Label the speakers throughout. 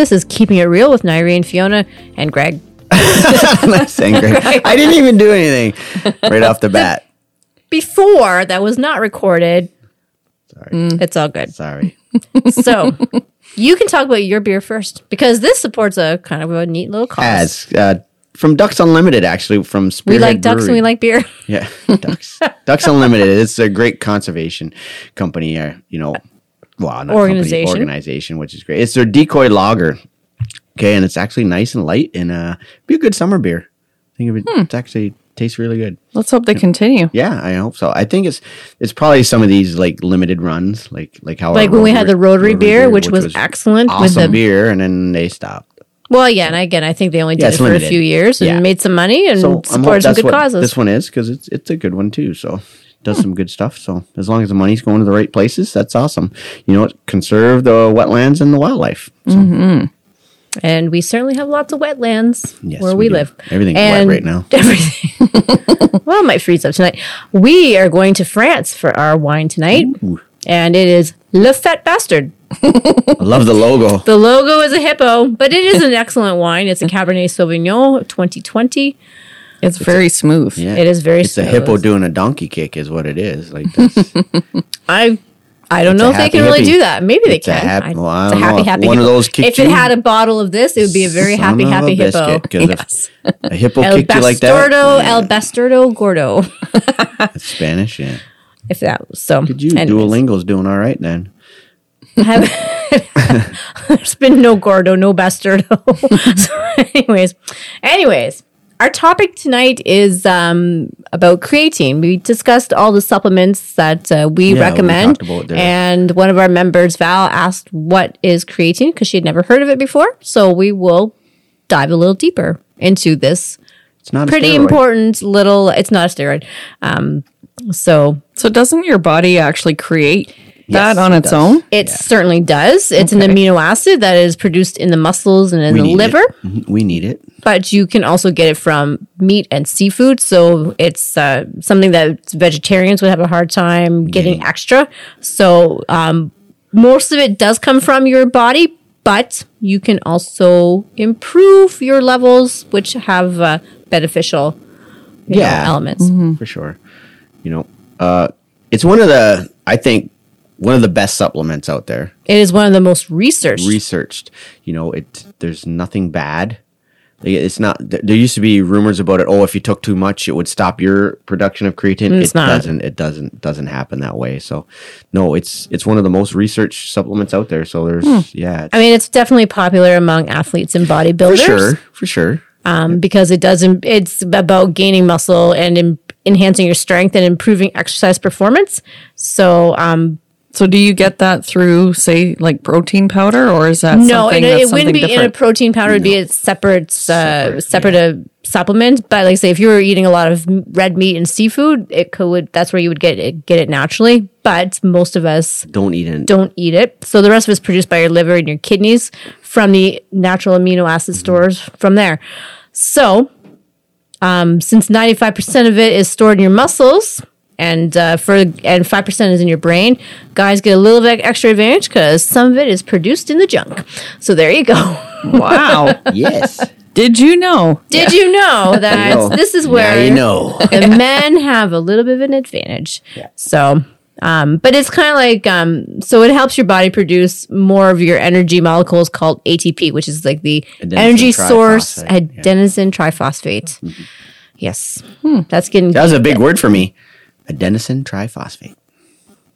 Speaker 1: This is keeping it real with Nairi and Fiona and Greg.
Speaker 2: I'm saying great. I didn't even do anything right off the bat.
Speaker 1: Before that was not recorded. Mm,
Speaker 2: Sorry.
Speaker 1: It's all good.
Speaker 2: Sorry.
Speaker 1: So you can talk about your beer first because this supports a kind of a neat little cause.
Speaker 2: As uh, from Ducks Unlimited, actually from
Speaker 1: we
Speaker 2: Spearhead
Speaker 1: like ducks and we
Speaker 2: Brewery.
Speaker 1: like beer.
Speaker 2: Yeah, Ducks. Ducks Unlimited. It's a great conservation company. Uh, you know, well, not
Speaker 1: Organization.
Speaker 2: Company, organization, which is great. It's their decoy lager. Okay, and it's actually nice and light, and uh, be a good summer beer. I think it
Speaker 1: Hmm.
Speaker 2: it's actually tastes really good.
Speaker 3: Let's hope they continue.
Speaker 2: Yeah, I hope so. I think it's it's probably some of these like limited runs, like like how our
Speaker 1: Like when we had the Rotary beer, which was excellent with
Speaker 2: awesome
Speaker 1: the-
Speaker 2: beer, and then they stopped.
Speaker 1: Well, yeah, and again, I think they only did
Speaker 2: Yeah,
Speaker 1: it
Speaker 2: it's
Speaker 1: for a
Speaker 2: limited.
Speaker 1: few years and
Speaker 2: Yeah.
Speaker 1: made some money and
Speaker 2: So I'm hoping
Speaker 1: supported some
Speaker 2: that's
Speaker 1: good
Speaker 2: what
Speaker 1: causes.
Speaker 2: this one is because it's it's a good one too. So does some good stuff. So as long as the money's going to the right places, that's awesome. You know, what? conserve the wetlands and the wildlife. So,
Speaker 1: And we certainly have lots of wetlands
Speaker 2: Yes,
Speaker 1: where we,
Speaker 2: we do.
Speaker 1: live.
Speaker 2: Everything's wet
Speaker 1: and
Speaker 2: right now.
Speaker 1: Everything. well, it might freeze up tonight. We are going to France for our wine tonight. And it is Le Fete Bastard.
Speaker 2: I love the logo.
Speaker 1: The logo is a hippo, but it is an excellent wine. It's a Cabernet Sauvignon 2020.
Speaker 3: It's very smooth.
Speaker 2: Yeah,
Speaker 1: It is very
Speaker 2: It's a
Speaker 1: smooth.
Speaker 2: hippo doing a donkey kick, is what it is. Like that's,
Speaker 1: I I don't
Speaker 2: It's a
Speaker 1: know if they
Speaker 2: happy
Speaker 1: can really do
Speaker 2: hippie.
Speaker 1: that. Maybe they
Speaker 2: It's a
Speaker 1: can.
Speaker 2: hap-
Speaker 1: I-
Speaker 2: well, I
Speaker 1: it's a
Speaker 2: don't
Speaker 1: happy,
Speaker 2: know.
Speaker 1: happy
Speaker 2: One of
Speaker 1: hippo.
Speaker 2: those kicked
Speaker 1: If it
Speaker 2: you?
Speaker 1: had a bottle of this, it would be a very
Speaker 2: Son
Speaker 1: happy,
Speaker 2: of a
Speaker 1: happy hippo.
Speaker 2: biscuit, 'cause if-
Speaker 1: yes.
Speaker 2: a hippo
Speaker 1: El
Speaker 2: kicked you like that.
Speaker 1: Bastardo,
Speaker 2: Yeah,
Speaker 1: El Bastardo Gordo.
Speaker 2: it's Spanish, yeah.
Speaker 1: If that was so.
Speaker 2: Did you?
Speaker 1: anyways.
Speaker 2: Duolingo's doing all right then.
Speaker 1: Have- There's been no Gordo, no Bastardo. so anyways, anyways, our topic tonight is um, about creatine. We discussed all the supplements that uh, we
Speaker 2: we
Speaker 1: recommend,
Speaker 2: talked about their-
Speaker 1: and one of our members, Val, asked what is creatine because she had never heard of it before. So we will dive a little deeper into this
Speaker 2: It's not a
Speaker 1: pretty
Speaker 2: steroid.
Speaker 1: important little. It's not a steroid, um, so
Speaker 3: So doesn't your body actually create
Speaker 2: Yes,
Speaker 3: that on
Speaker 2: it
Speaker 3: its
Speaker 2: does.
Speaker 3: own?
Speaker 1: It certainly does. It's an amino acid that is produced in the muscles and in
Speaker 2: We
Speaker 1: the
Speaker 2: need it.
Speaker 1: liver,
Speaker 2: Mhm, We need it.
Speaker 1: but you can also get it from meat and seafood. So it's uh, something that vegetarians would have a hard time getting extra. So um, most of it does come from your body, but you can also improve your levels, which have uh, beneficial you know,
Speaker 2: Yeah. Mm-hmm.
Speaker 1: elements.
Speaker 2: for sure. You know, uh, it's one of the I think one of the best supplements out there,
Speaker 1: It is one of the most researched.
Speaker 2: researched. You know, it there's nothing bad. Like, It's not. th- There used to be rumors about it. Oh, if you took too much, it would stop your production of creatine.
Speaker 1: Mm, It's
Speaker 2: it
Speaker 1: not.
Speaker 2: doesn't. It doesn't. Doesn't happen that way. So, no, it's it's one of the most researched supplements out there. So there's
Speaker 1: Hmm.
Speaker 2: yeah,
Speaker 1: I mean, it's definitely popular among athletes and
Speaker 2: for
Speaker 1: bodybuilders.
Speaker 2: sure, for sure.
Speaker 1: um, because it doesn't it's about gaining muscle and em- enhancing your strength and improving exercise performance so um,
Speaker 3: So do you get that through, say, like protein powder, or is that
Speaker 1: no
Speaker 3: something
Speaker 1: it, it
Speaker 3: that's
Speaker 1: wouldn't
Speaker 3: something
Speaker 1: be in a
Speaker 3: different?
Speaker 1: protein powder it'd be a separate uh,
Speaker 2: Separate,
Speaker 1: separate uh, supplement but like say if you were eating a lot of m- red meat and seafood it could that's where you would get it get it naturally but most of us
Speaker 2: Don't eat it.
Speaker 1: don't eat it so the rest of it's produced by your liver and your kidneys from the natural amino acid stores from there so um, since 95% of it is stored in your muscles and uh, for and 5% is in your brain guys get a little bit extra advantage because some of it is produced in the junk so there you go
Speaker 3: Wow!
Speaker 2: Yes,
Speaker 3: Did you know?
Speaker 1: did you know that
Speaker 2: No.
Speaker 1: this is
Speaker 2: Now
Speaker 1: where
Speaker 2: you know.
Speaker 1: the men have a little bit of an advantage so um, but it's kind of like um, so it helps your body produce more of your energy molecules called atp which is like the
Speaker 2: Adenosine
Speaker 1: energy source
Speaker 2: triphosphate, yeah. Mm-hmm.
Speaker 1: adenosine triphosphate yes that's getting
Speaker 2: That was a big word for me. Adenosine triphosphate.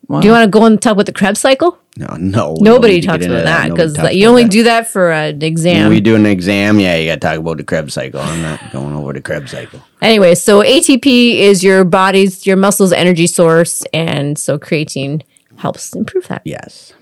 Speaker 3: Wow.
Speaker 1: Do you want to go and talk about the Krebs cycle?
Speaker 2: No, no. we don't
Speaker 1: Nobody
Speaker 2: need to get
Speaker 1: talks
Speaker 2: into
Speaker 1: about that
Speaker 2: Nobody
Speaker 1: because
Speaker 2: talks
Speaker 1: you
Speaker 2: about
Speaker 1: only
Speaker 2: that.
Speaker 1: do that for an exam.
Speaker 2: We do an exam. Yeah, you got to talk about the Krebs cycle. I'm not going over the Krebs cycle.
Speaker 1: anyway, so ATP is your body's, your muscle's energy source, and so creatine helps improve that.
Speaker 2: Yes.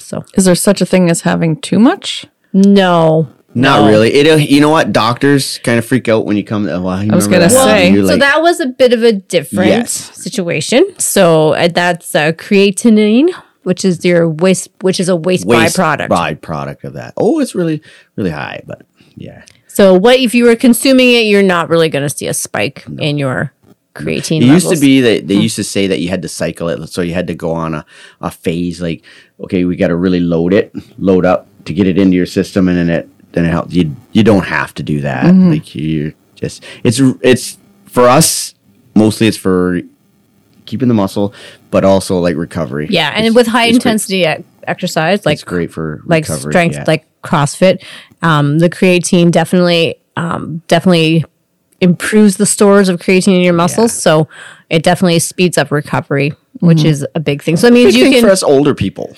Speaker 1: So
Speaker 3: Is there such a thing as having too much?
Speaker 1: no,
Speaker 2: Not
Speaker 1: No.
Speaker 2: really. It. uh, You know what? Doctors kind of freak out when you come. Well, you I
Speaker 3: was gonna say.
Speaker 1: so that was a bit of a different
Speaker 2: Yes.
Speaker 1: situation. So uh, that's uh, creatinine, which is your waste, which is a waste, byproduct.
Speaker 2: byproduct of that. Oh, it's really really high, but yeah.
Speaker 1: So what if you were consuming it? You're not really going to see a spike in your creatine.
Speaker 2: It used to
Speaker 1: levels. Hmm.
Speaker 2: be that they used to say that you had to cycle it, so you had to go on a, a phase like, okay, we got to really load it, load up, to get it into your system, and then it then it helps. You you don't have to do that.
Speaker 1: Mm-hmm.
Speaker 2: Like you just it's it's for us mostly. It's for keeping the muscle, but also like recovery.
Speaker 1: Yeah, and
Speaker 2: It's-
Speaker 1: with high
Speaker 2: it's great-
Speaker 1: intensity e- exercise, like
Speaker 2: it's great for
Speaker 1: like
Speaker 2: recovery,
Speaker 1: strength,
Speaker 2: yeah.
Speaker 1: like CrossFit, um, the creatine definitely um, definitely improves the stores of creatine in your muscles.
Speaker 2: Yeah. Mm-hmm.
Speaker 1: So it definitely speeds up recovery, which is a big thing. So it means
Speaker 2: Big
Speaker 1: you
Speaker 2: thing for
Speaker 1: can
Speaker 2: us older people.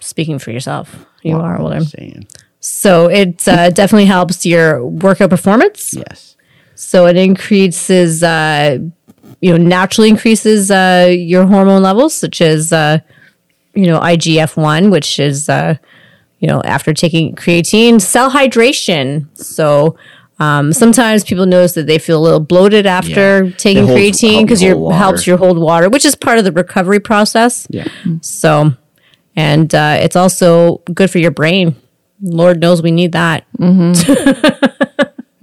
Speaker 1: speaking for yourself. You
Speaker 2: What
Speaker 1: are
Speaker 2: I'm
Speaker 1: older,
Speaker 2: saying.
Speaker 1: so it uh, definitely helps your workout performance.
Speaker 2: Yes.
Speaker 1: So it increases, uh, you know, naturally increases uh, your hormone levels, such as, uh, you know, IGF 1, which is, uh, you know, after taking creatine, cell hydration. So um, sometimes people notice that they feel a little bloated after
Speaker 2: Yeah.
Speaker 1: taking
Speaker 2: It holds-
Speaker 1: creatine because
Speaker 2: help
Speaker 1: it
Speaker 2: you hold
Speaker 1: helps
Speaker 2: water.
Speaker 1: your hold water, which is part of the recovery process.
Speaker 2: Yeah.
Speaker 1: So, and uh, it's also good for your brain. Lord knows we need that.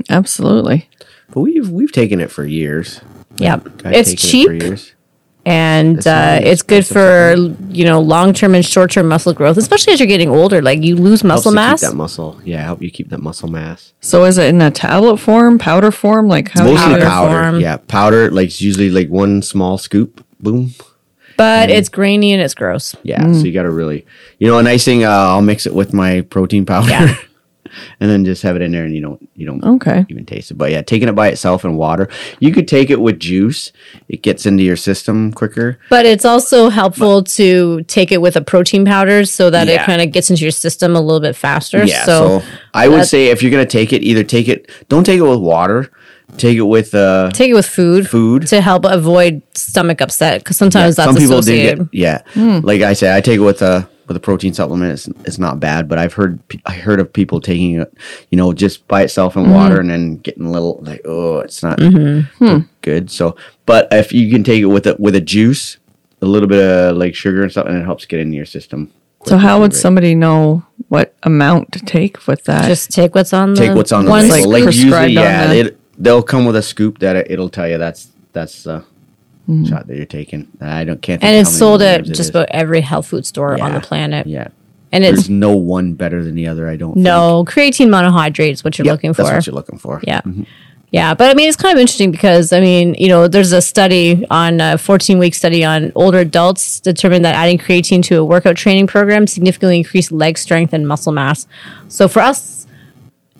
Speaker 3: Absolutely.
Speaker 2: But we've we've taken it for years.
Speaker 1: Yep.
Speaker 2: I've
Speaker 1: It's
Speaker 2: taken it
Speaker 1: cheap.
Speaker 2: for years.
Speaker 1: and uh,
Speaker 2: not an
Speaker 1: it's good
Speaker 2: expensive
Speaker 1: for you know long term and short term muscle growth, especially as you're getting older. Like you lose
Speaker 2: Helps
Speaker 1: muscle
Speaker 2: to keep
Speaker 1: mass.
Speaker 2: that muscle. Yeah, help you keep that muscle mass.
Speaker 3: So is it in a tablet form, powder form? Like how?
Speaker 2: Mostly
Speaker 1: powder
Speaker 2: powder.
Speaker 1: form.
Speaker 2: Yeah, powder. Like it's usually like one small scoop. Boom.
Speaker 1: But
Speaker 2: Mm-hmm.
Speaker 1: it's grainy and it's gross.
Speaker 2: Yeah. So you got to really, you know, a nice thing. Uh, I'll mix it with my protein powder,
Speaker 1: Yeah.
Speaker 2: and then just have it in there, and you don't you don't
Speaker 3: Okay.
Speaker 2: even taste it. But yeah, taking it by itself in water, you could take it with juice. It gets into your system quicker.
Speaker 1: But it's also helpful to take it with a protein powder so that it
Speaker 2: Yeah.
Speaker 1: kind of gets into your system a little bit faster. so,
Speaker 2: I would
Speaker 1: that's-
Speaker 2: say if you're gonna take it, either take it. Don't take it with water. Take it with uh,
Speaker 1: take it with food,
Speaker 2: Food.
Speaker 1: to help avoid stomach upset because
Speaker 2: Yeah,
Speaker 1: sometimes that's
Speaker 2: some people do
Speaker 1: associated. Hmm.
Speaker 2: get yeah. Like I said, I take it with a with a protein supplement. It's, it's not bad, but I've heard pe- I heard of people taking it, you know, just by itself
Speaker 1: Mm-hmm.
Speaker 2: in water and then getting a little like oh, it's not
Speaker 1: Hmm.
Speaker 2: good. So, but if you can take it with a with a juice, a little bit of like sugar and stuff, and it helps get into your system.
Speaker 3: So how would
Speaker 2: Right.
Speaker 3: somebody know what amount to take with that?
Speaker 1: Just take what's on the
Speaker 2: take what's on the
Speaker 1: one
Speaker 2: label?
Speaker 3: like
Speaker 1: scoop.
Speaker 2: Like usually,
Speaker 3: prescribed on
Speaker 2: yeah,
Speaker 3: the-
Speaker 2: it, they'll come with a scoop that it, it'll tell you that's that's the shot that you're taking. I don't can't. think
Speaker 1: Hmm. and
Speaker 2: how
Speaker 1: it's
Speaker 2: many
Speaker 1: sold at
Speaker 2: milligrams it
Speaker 1: just
Speaker 2: is.
Speaker 1: about every health food store on
Speaker 2: Yeah.
Speaker 1: the planet.
Speaker 2: yeah.
Speaker 1: And it's
Speaker 2: There's no one better than the other. I don't. think.
Speaker 1: no creatine monohydrate is what you're
Speaker 2: Yep,
Speaker 1: looking for.
Speaker 2: That's what you're looking for.
Speaker 1: Yeah. Yeah. But I mean, it's kind of interesting because, I mean, you know, there's a study on a 14 week study on older adults determined that adding creatine to a workout training program significantly increased leg strength and muscle mass. So for us,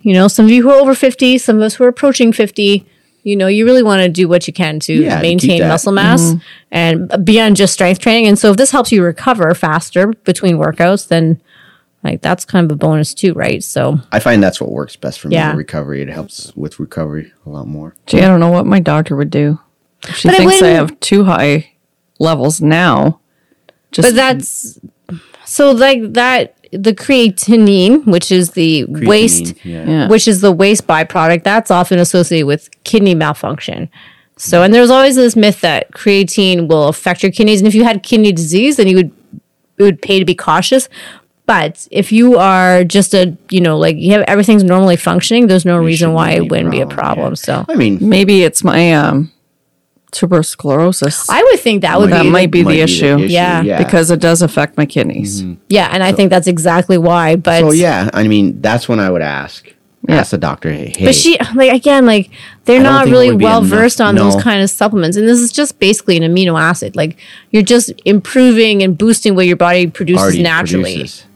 Speaker 1: you know, some of you who are over 50, some of us who are approaching 50, you know, you really want to do what you can to
Speaker 2: Yeah, to keep
Speaker 1: maintain
Speaker 2: that. Mm-hmm.
Speaker 1: muscle mass and beyond just strength training. And so if this helps you recover faster between workouts, then like that's kind of a bonus too, right? So
Speaker 2: I find that's what works best for me.
Speaker 1: Yeah.
Speaker 2: in Recovery. It helps with recovery a lot more.
Speaker 3: Gee, I don't know what my doctor would do. She
Speaker 1: But I
Speaker 3: thinks I
Speaker 1: wouldn't-
Speaker 3: have too high levels now. Just
Speaker 1: But that's so like that the creatinine, which is the waste,
Speaker 2: Creatinine, Yeah.
Speaker 3: yeah.
Speaker 1: which is the waste byproduct, that's often associated with kidney malfunction. So, and there's always this myth that creatine will affect your kidneys, and if you had kidney disease, then you would it would pay to be cautious. But if you are just a you know like you have everything's normally functioning, there's no reason
Speaker 2: shouldn't
Speaker 1: why
Speaker 2: be
Speaker 1: it wouldn't be a problem.
Speaker 2: problem,
Speaker 1: So.
Speaker 2: I mean,
Speaker 3: maybe it's my um tuberculosis
Speaker 1: I would think that would
Speaker 3: That
Speaker 1: be
Speaker 3: might be the
Speaker 2: might
Speaker 3: issue.
Speaker 1: Yeah, Mm-hmm.
Speaker 3: because it does affect my kidneys.
Speaker 1: yeah, and I think that's exactly why. But
Speaker 2: so yeah, I mean, that's when I would ask.
Speaker 3: Yeah.
Speaker 2: Ask the doctor. Hey,
Speaker 1: But she, like again, like they're
Speaker 2: don't
Speaker 1: not
Speaker 2: think it
Speaker 1: really
Speaker 2: would be
Speaker 1: well
Speaker 2: enough.
Speaker 1: versed on
Speaker 2: No.
Speaker 1: those kind of supplements, and this is just basically an amino acid. Like you're just improving and boosting what your body produces
Speaker 2: already
Speaker 1: naturally. Mm.
Speaker 2: produces. Mm-hmm.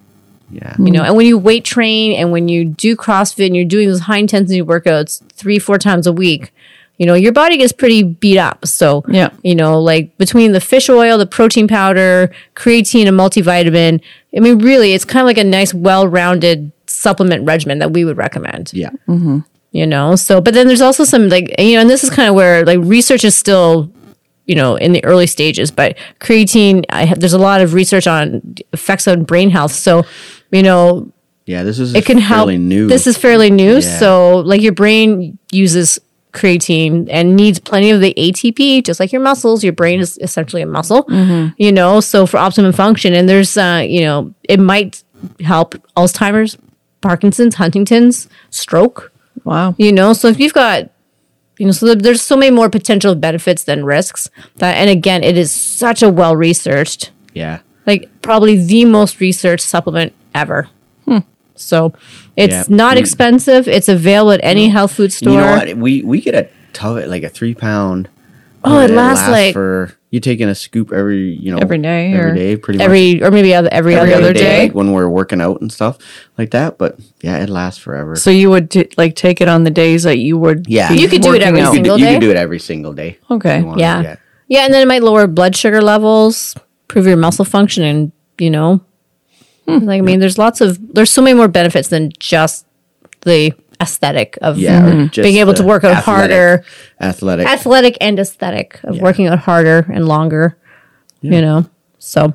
Speaker 2: Yeah.
Speaker 1: You know, and when you weight train and when you do CrossFit and you're doing those high intensity workouts three, four times a week, you know, your body gets pretty beat up. So,
Speaker 3: Yeah.
Speaker 1: you know, like between the fish oil, the protein powder, creatine, and multivitamin, I mean, really, it's kind of like a nice, well rounded supplement regimen that we would recommend
Speaker 2: Yeah.
Speaker 1: you know so but then there's also some like you know and this is kind of where like research is still you know in the early stages but creatine I have, there's a lot of research on effects on brain health so you know
Speaker 2: Yeah. This is
Speaker 1: it can help
Speaker 2: fairly new.
Speaker 1: this is fairly new
Speaker 2: Yeah.
Speaker 1: so like your brain uses creatine and needs plenty of the atp just like your muscles your brain is essentially a muscle you know so for optimum function and there's uh you know it might help alzheimer's parkinson's huntington's stroke
Speaker 3: Wow.
Speaker 1: you know so if you've got you know so there- there's so many more potential benefits than risks that and again it is such a well researched
Speaker 2: yeah.
Speaker 1: like probably the most researched supplement ever. So it's
Speaker 2: Yeah.
Speaker 1: not
Speaker 2: Mm.
Speaker 1: expensive. It's available at any health food store.
Speaker 2: You know what? We we get a tub like a three pound.
Speaker 1: Oh, it
Speaker 2: and
Speaker 1: lasts, like-
Speaker 2: for you taking a scoop every you know
Speaker 3: Every day or-
Speaker 2: every day pretty much
Speaker 1: Every or maybe other, every, other,
Speaker 3: other
Speaker 1: day.
Speaker 3: day.
Speaker 2: like when we're working out and stuff like that. But yeah, it lasts forever.
Speaker 3: So you would t- like take it on the days that you would.
Speaker 2: Yeah.
Speaker 3: be
Speaker 2: You
Speaker 1: could do it
Speaker 3: working
Speaker 1: every
Speaker 3: out.
Speaker 2: you,
Speaker 1: single-
Speaker 2: could- you
Speaker 1: day?
Speaker 2: can do it every single day. if
Speaker 3: Okay.
Speaker 2: you wanted,
Speaker 1: Yeah. yeah. and then it might lower blood sugar levels, improve your muscle function and, you know.
Speaker 2: Hmm.
Speaker 1: Like I mean, there's lots of there's so many more benefits than just the aesthetic of
Speaker 2: Yeah, or just
Speaker 1: Mm-hmm. being able
Speaker 2: the
Speaker 1: to work out
Speaker 2: athletic-
Speaker 1: harder.
Speaker 2: Athletic.
Speaker 1: athletic and aesthetic of working out harder and longer. You know, so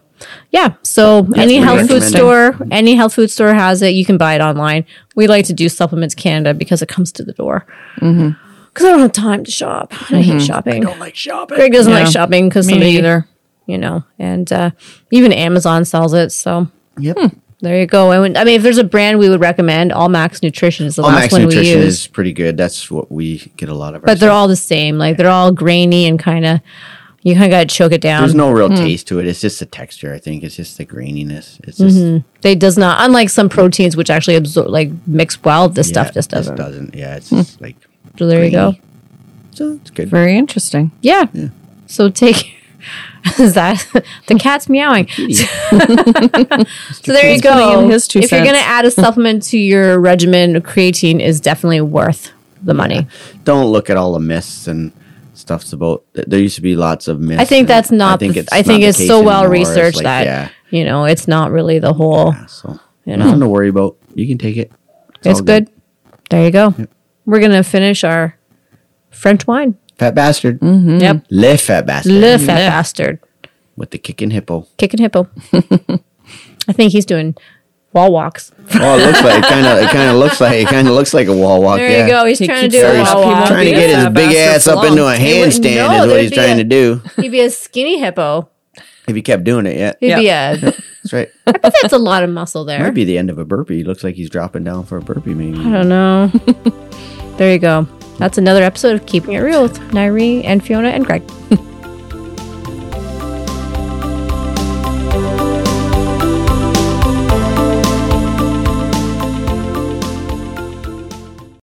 Speaker 1: yeah. So any
Speaker 2: we
Speaker 1: health food
Speaker 2: recommend it.
Speaker 1: store, any health food store has it. You can buy it online. We like to do Supplements Canada because it comes to the door. Because I don't have time to shop. I hate shopping.
Speaker 2: like shopping.
Speaker 1: Greg doesn't
Speaker 3: Yeah.
Speaker 1: like shopping because
Speaker 3: Me
Speaker 1: somebody,
Speaker 3: neither.
Speaker 1: you know, and uh, even Amazon sells it. So
Speaker 2: Yep.
Speaker 1: hmm, there you go. I, would, I mean, if there's a brand we would recommend, All Max Nutrition is the
Speaker 2: Well,
Speaker 1: last
Speaker 2: Max
Speaker 1: one we
Speaker 2: Nutrition
Speaker 1: use.
Speaker 2: is pretty good. That's what we get a lot of.
Speaker 1: but they're all the same. Like they're all grainy and kind of you kind of got to choke it down.
Speaker 2: There's no real taste to it. It's just the texture. I think it's just the graininess. It's
Speaker 1: Mm-hmm.
Speaker 2: just
Speaker 1: they does not unlike some proteins which actually absorb like mix well. This stuff just doesn't. Hmm.
Speaker 2: doesn't. Yeah. It's just like
Speaker 1: So there you go.
Speaker 2: grainy. so it's good.
Speaker 3: Very interesting.
Speaker 1: Yeah. So take is that the cat's meowing. so there you
Speaker 3: He's putting
Speaker 1: go.
Speaker 3: in his two
Speaker 1: if you're
Speaker 3: cents.
Speaker 1: gonna add a supplement to your regimen, creatine is definitely worth the money.
Speaker 2: Don't look at all the myths and stuffs about. th- There used to be lots of myths.
Speaker 1: I think
Speaker 2: and
Speaker 1: that's not. I think it's, I think
Speaker 2: not the
Speaker 1: it's
Speaker 2: case
Speaker 1: so well
Speaker 2: anymore. It's
Speaker 1: researched
Speaker 2: like,
Speaker 1: that
Speaker 2: yeah.
Speaker 1: you know it's not really the whole.
Speaker 2: So
Speaker 1: You
Speaker 2: nothing to worry about. You can take it.
Speaker 1: It's
Speaker 2: all
Speaker 1: good. There you go. We're gonna finish our French wine.
Speaker 2: Fat bastard.
Speaker 3: Mm-hmm.
Speaker 1: Yep.
Speaker 2: Le fat bastard.
Speaker 1: Mm-hmm. Le fat bastard.
Speaker 2: With the kicking hippo.
Speaker 1: Kicking hippo. I think he's doing wall walks.
Speaker 2: Oh, it looks like it kind of. It kind of looks like it kind of looks like a wall walk.
Speaker 1: There
Speaker 2: yeah.
Speaker 1: you go. He's
Speaker 3: He
Speaker 1: trying to
Speaker 3: keeps
Speaker 1: do
Speaker 2: Or
Speaker 1: a
Speaker 3: going
Speaker 2: He's
Speaker 3: up.
Speaker 1: wall walk.
Speaker 2: trying to
Speaker 3: Be
Speaker 2: get
Speaker 3: a
Speaker 2: his
Speaker 3: fat
Speaker 2: big
Speaker 3: bastard
Speaker 2: ass up
Speaker 3: for
Speaker 2: into a
Speaker 3: long.
Speaker 1: He wouldn't
Speaker 2: handstand
Speaker 1: know.
Speaker 2: is what
Speaker 1: There'd
Speaker 2: he's
Speaker 1: be
Speaker 2: trying
Speaker 1: a-
Speaker 2: to do.
Speaker 1: He'd be a skinny hippo.
Speaker 2: If he kept doing it, yeah,
Speaker 1: He'd be a.
Speaker 2: that's right.
Speaker 1: But that's a lot of muscle there.
Speaker 2: Might be the end of a burpee. Looks like he's dropping down for a burpee,
Speaker 1: I
Speaker 2: maybe.
Speaker 1: don't know. there you go. That's another episode of Keeping It Real with Nyree and Fiona and Greg.